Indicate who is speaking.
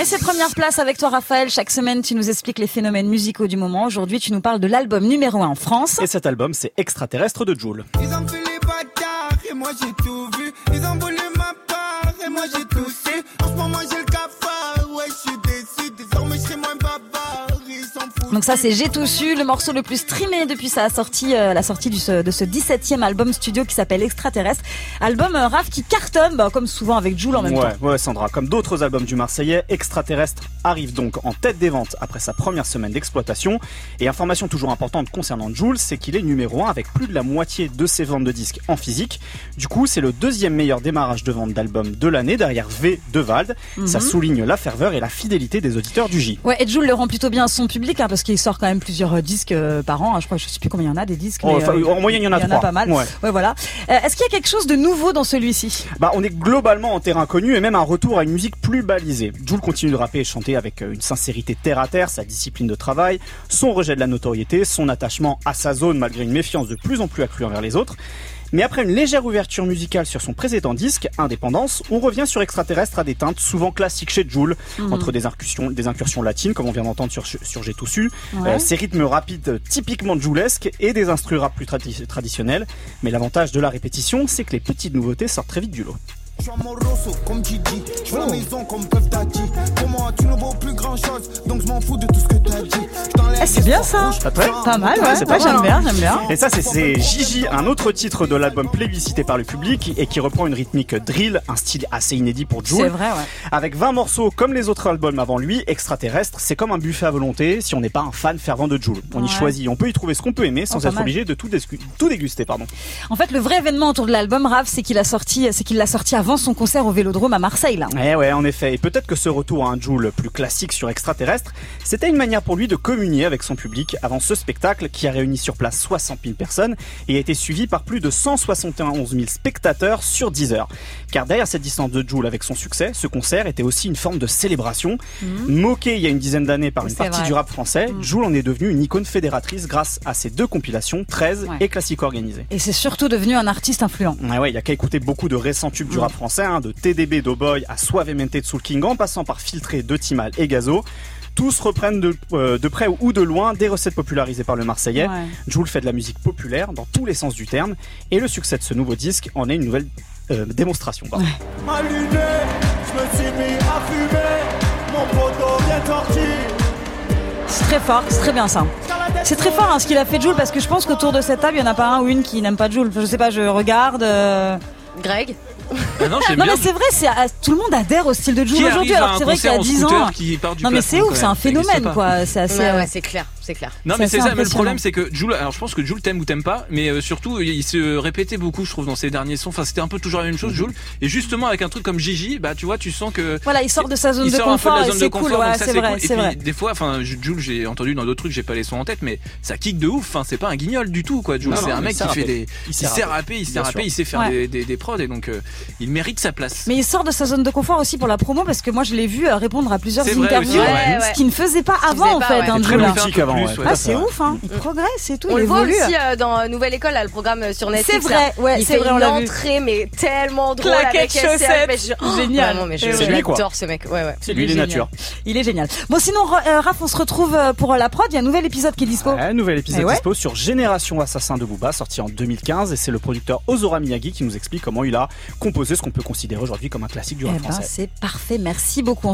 Speaker 1: Et c'est première place avec toi, Raphaël. Chaque semaine, tu nous expliques les phénomènes musicaux du moment. Aujourd'hui, tu nous parles de l'album numéro 1 en France.
Speaker 2: Et cet album, c'est Extraterrestre de Joule.
Speaker 3: Ils ont fait les bâtards et moi j'ai tout vu. Ils ont voulu ma part et moi j'ai tout su. En ce moment j'ai le cafard, ouais je suis déçu. Désormais je serai moins bavard, ils s'en foutent.
Speaker 1: Donc ça, c'est J'ai tout su, le morceau le plus streamé depuis sa sortie, euh, la sortie du ce- de ce 17e album studio qui s'appelle Extraterrestre. Album euh, Raph qui cartonne, bah, comme souvent avec Joule en même temps.
Speaker 2: Ouais, ouais, Sandra. Comme d'autres albums du Marseillais, Extraterrestre arrive donc en tête des ventes après sa première semaine d'exploitation. Et information toujours importante concernant Jules, c'est qu'il est numéro 1 avec plus de la moitié de ses ventes de disques en physique. Du coup, c'est le deuxième meilleur démarrage de vente d'album de l'année derrière V de Vald. Ça souligne la ferveur et la fidélité des auditeurs du J.
Speaker 1: Ouais, et Joule le rend plutôt bien à son public, hein, parce qu'il sort quand même plusieurs euh, disques euh, par an. hein. je crois, je sais plus combien il y en a des disques.
Speaker 2: Oh,
Speaker 1: mais, euh,
Speaker 2: enfin, en moyenne, il y en a trois.
Speaker 1: pas mal. Ouais,
Speaker 2: Ouais.
Speaker 1: voilà. Euh, Est-ce qu'il y a quelque chose de nouveau dans celui-ci
Speaker 2: Bah, on est globalement en terrain connu et même un retour à une musique plus balisée. Jules continue de rapper et chanter avec euh, une sincérité terre à terre, sa discipline de travail, son rejet de la notoriété, son attachement à sa zone malgré une méfiance de plus en plus accrue envers les autres. Mais après une légère ouverture musicale sur son précédent disque, Indépendance, on revient sur Extraterrestre à des teintes souvent classiques chez Jules,
Speaker 1: Mhm.
Speaker 2: entre des incursions, des incursions latines, comme on vient d'entendre sur, sur J'ai tout su,
Speaker 1: Ouais.
Speaker 2: euh, ces rythmes rapides euh, typiquement julesques et des instrus rap plus tradi- traditionnels. Mais l'avantage de la répétition, c'est que les petites nouveautés sortent très vite du lot.
Speaker 3: Je suis amoroso comme Gigi, je
Speaker 1: Oh.
Speaker 3: veux la maison comme Puff Daddy. Pour moi tu ne vaux plus grand chose, donc je m'en fous de tout ce que t'as dit. Je t'enlève
Speaker 1: Eh, c'est bien ça.
Speaker 3: les
Speaker 2: Après
Speaker 1: Pas mal, ouais.
Speaker 2: c'est
Speaker 1: Ouais,
Speaker 2: pas
Speaker 1: j'aime
Speaker 2: mal.
Speaker 1: bien, j'aime bien.
Speaker 2: Et ça, c'est- c'est Gigi, un autre titre de l'album plébiscité par le public et qui reprend une rythmique drill, un style assez inédit pour Jules.
Speaker 1: C'est vrai, ouais.
Speaker 2: Avec 20 morceaux comme les autres albums avant lui, Extraterrestre, c'est comme un buffet à volonté si on n'est pas un fan fervent de Jules. On
Speaker 1: Ouais.
Speaker 2: y choisit, on peut y trouver ce qu'on peut aimer
Speaker 1: Oh,
Speaker 2: sans
Speaker 1: pas
Speaker 2: être
Speaker 1: mal.
Speaker 2: obligé de tout, déscu- tout déguster. Pardon.
Speaker 1: En fait, le vrai événement autour de l'album Raf, c'est qu'il a sorti, c'est qu'il l'a sorti avant son concert au Vélodrome à Marseille, là.
Speaker 2: Eh ouais, en effet. Et peut-être que ce retour à un Joule plus classique sur extraterrestre, c'était une manière pour lui de communier avec son public avant ce spectacle qui a réuni sur place 60 000 personnes et a été suivi par plus de 171 000 spectateurs sur 10 heures. Car derrière cette distance de Joule avec son succès, ce concert était aussi une forme de célébration. Moqué il y a une dizaine d'années par une
Speaker 1: Mhm. C'est
Speaker 2: partie
Speaker 1: vrai. Mhm.
Speaker 2: du rap français, Joule en est devenu une icône fédératrice grâce à ses deux compilations, 13
Speaker 1: Ouais.
Speaker 2: et Classique Organisé.
Speaker 1: Et c'est surtout devenu un artiste influent.
Speaker 2: Ah Ouais, ouais, il y a qu'à écouter beaucoup de récents tubes du rap français, hein, de TDB, Doughboy à Suavemente Tsulking, en passant par Filtré, De Timal et Gazo. Tous reprennent de, euh, de près ou de loin des recettes popularisées par le Marseillais.
Speaker 1: Ouais.
Speaker 2: Joule fait de la musique populaire dans tous les sens du terme, et le succès de ce nouveau disque en est une nouvelle euh, démonstration. pardon.
Speaker 4: allumé, je me suis mis à fumer, mon poteau vient de sortir.
Speaker 1: C'est très fort, c'est très bien ça. C'est très fort hein, ce qu'il a fait Jules parce que je pense qu'autour de cette table, il y en a pas un ou une qui n'aime pas Jules. Je sais pas, je regarde. euh,
Speaker 5: Greg
Speaker 6: Ah non, j'aime
Speaker 1: Non
Speaker 6: bien.
Speaker 1: mais c'est vrai, c'est à- tout le monde adhère au style de Jules
Speaker 6: Qui
Speaker 1: aujourd'hui.
Speaker 6: arrive à
Speaker 1: Alors que
Speaker 6: un
Speaker 1: c'est vrai qu'il y a
Speaker 6: concert en
Speaker 1: 10
Speaker 6: scooter
Speaker 1: ans.
Speaker 6: qui part du
Speaker 1: Non mais c'est
Speaker 6: plafond,
Speaker 1: ouf,
Speaker 6: quand
Speaker 1: c'est un
Speaker 6: même, ça existe
Speaker 1: phénomène
Speaker 6: pas.
Speaker 1: quoi. C'est assez.
Speaker 5: Ouais,
Speaker 1: euh,
Speaker 5: ouais, c'est clair, c'est clair.
Speaker 6: Non
Speaker 1: C'est
Speaker 6: mais c'est
Speaker 1: assez
Speaker 6: ça, mais le
Speaker 1: impressionnant.
Speaker 6: problème c'est que Jules, alors je pense que Jules t'aime ou t'aime pas, mais euh, surtout il se répétait beaucoup je trouve dans ses derniers sons, enfin c'était un peu toujours la même
Speaker 1: Mhm.
Speaker 6: chose Jules, et justement avec un truc comme Gigi, bah tu vois tu sens que...
Speaker 1: Voilà, il sort de sa zone
Speaker 6: il
Speaker 1: de
Speaker 6: sort un peu de
Speaker 1: confort
Speaker 6: la
Speaker 1: et
Speaker 6: zone de
Speaker 1: c'est
Speaker 6: confort,
Speaker 1: cool. Ouais,
Speaker 6: donc ça
Speaker 1: c'est vrai,
Speaker 6: cool. Et
Speaker 1: c'est
Speaker 6: puis,
Speaker 1: vrai.
Speaker 6: des fois, enfin, Jules, j'ai entendu dans d'autres trucs, j'ai pas les sons en tête, mais ça kick de ouf. Enfin, c'est pas un guignol du tout, quoi. Jules,
Speaker 2: Non,
Speaker 6: c'est
Speaker 2: non,
Speaker 6: un
Speaker 2: mais
Speaker 6: mec
Speaker 2: ça
Speaker 6: qui fait
Speaker 2: rappelle.
Speaker 6: des,
Speaker 2: Il
Speaker 6: il
Speaker 2: sait
Speaker 6: sait
Speaker 2: rapper.
Speaker 6: rapper, il sait
Speaker 2: Bien sûr.
Speaker 6: rapper, il sait faire
Speaker 1: Ouais.
Speaker 6: des, des, des prods, et donc euh, il mérite sa place.
Speaker 1: Mais il sort de sa zone de confort aussi pour la promo parce que moi je l'ai vu euh, répondre à plusieurs
Speaker 6: C'est vrai
Speaker 1: interviews,
Speaker 6: aussi, ouais.
Speaker 5: Ouais, ouais.
Speaker 1: ce qu'il ne faisait pas
Speaker 5: qu'il
Speaker 1: avant
Speaker 5: faisait
Speaker 1: en
Speaker 5: pas,
Speaker 1: fait.
Speaker 5: ouais.
Speaker 1: hein,
Speaker 2: Très
Speaker 1: Jules.
Speaker 6: Jules.
Speaker 2: mythique avant.
Speaker 6: Plus,
Speaker 2: ouais.
Speaker 6: ouais.
Speaker 1: Ah
Speaker 2: Ça,
Speaker 1: c'est
Speaker 2: ça-
Speaker 1: ouf, hein. il progresse et tout,
Speaker 5: On
Speaker 1: il
Speaker 5: le voit
Speaker 1: évolue.
Speaker 5: aussi euh, dans Nouvelle École, là, le programme euh, sur Netflix.
Speaker 1: C'est vrai,
Speaker 5: là.
Speaker 1: ouais,
Speaker 5: il
Speaker 1: c'est
Speaker 5: fait
Speaker 1: vrai, on
Speaker 5: une
Speaker 1: l'a vu.
Speaker 5: entrée, mais tellement drôle avec
Speaker 1: Claquettes,
Speaker 5: SCH, mais
Speaker 1: chaussettes.
Speaker 5: je- Oh,
Speaker 1: Génial.
Speaker 5: Vraiment, mais je-
Speaker 1: C'est
Speaker 2: lui, quoi.
Speaker 5: j'adore ce mec. Ouais, ouais.
Speaker 2: C'est lui, les
Speaker 1: génial.
Speaker 2: natures.
Speaker 1: Il est génial. Bon, sinon, Ro- euh, Raph, on se retrouve euh, pour la prod. Il y a un nouvel épisode qui est dispo.
Speaker 2: Un nouvel
Speaker 1: Eh
Speaker 2: épisode
Speaker 1: ouais.
Speaker 2: dispo sur Génération Assassin de Booba, sorti en 2015, et c'est le producteur Ozora Miyagi qui nous explique comment il a composé ce qu'on peut considérer aujourd'hui comme un classique du
Speaker 1: Eh
Speaker 2: rap
Speaker 1: ben,
Speaker 2: français.
Speaker 1: c'est parfait. Merci beaucoup. On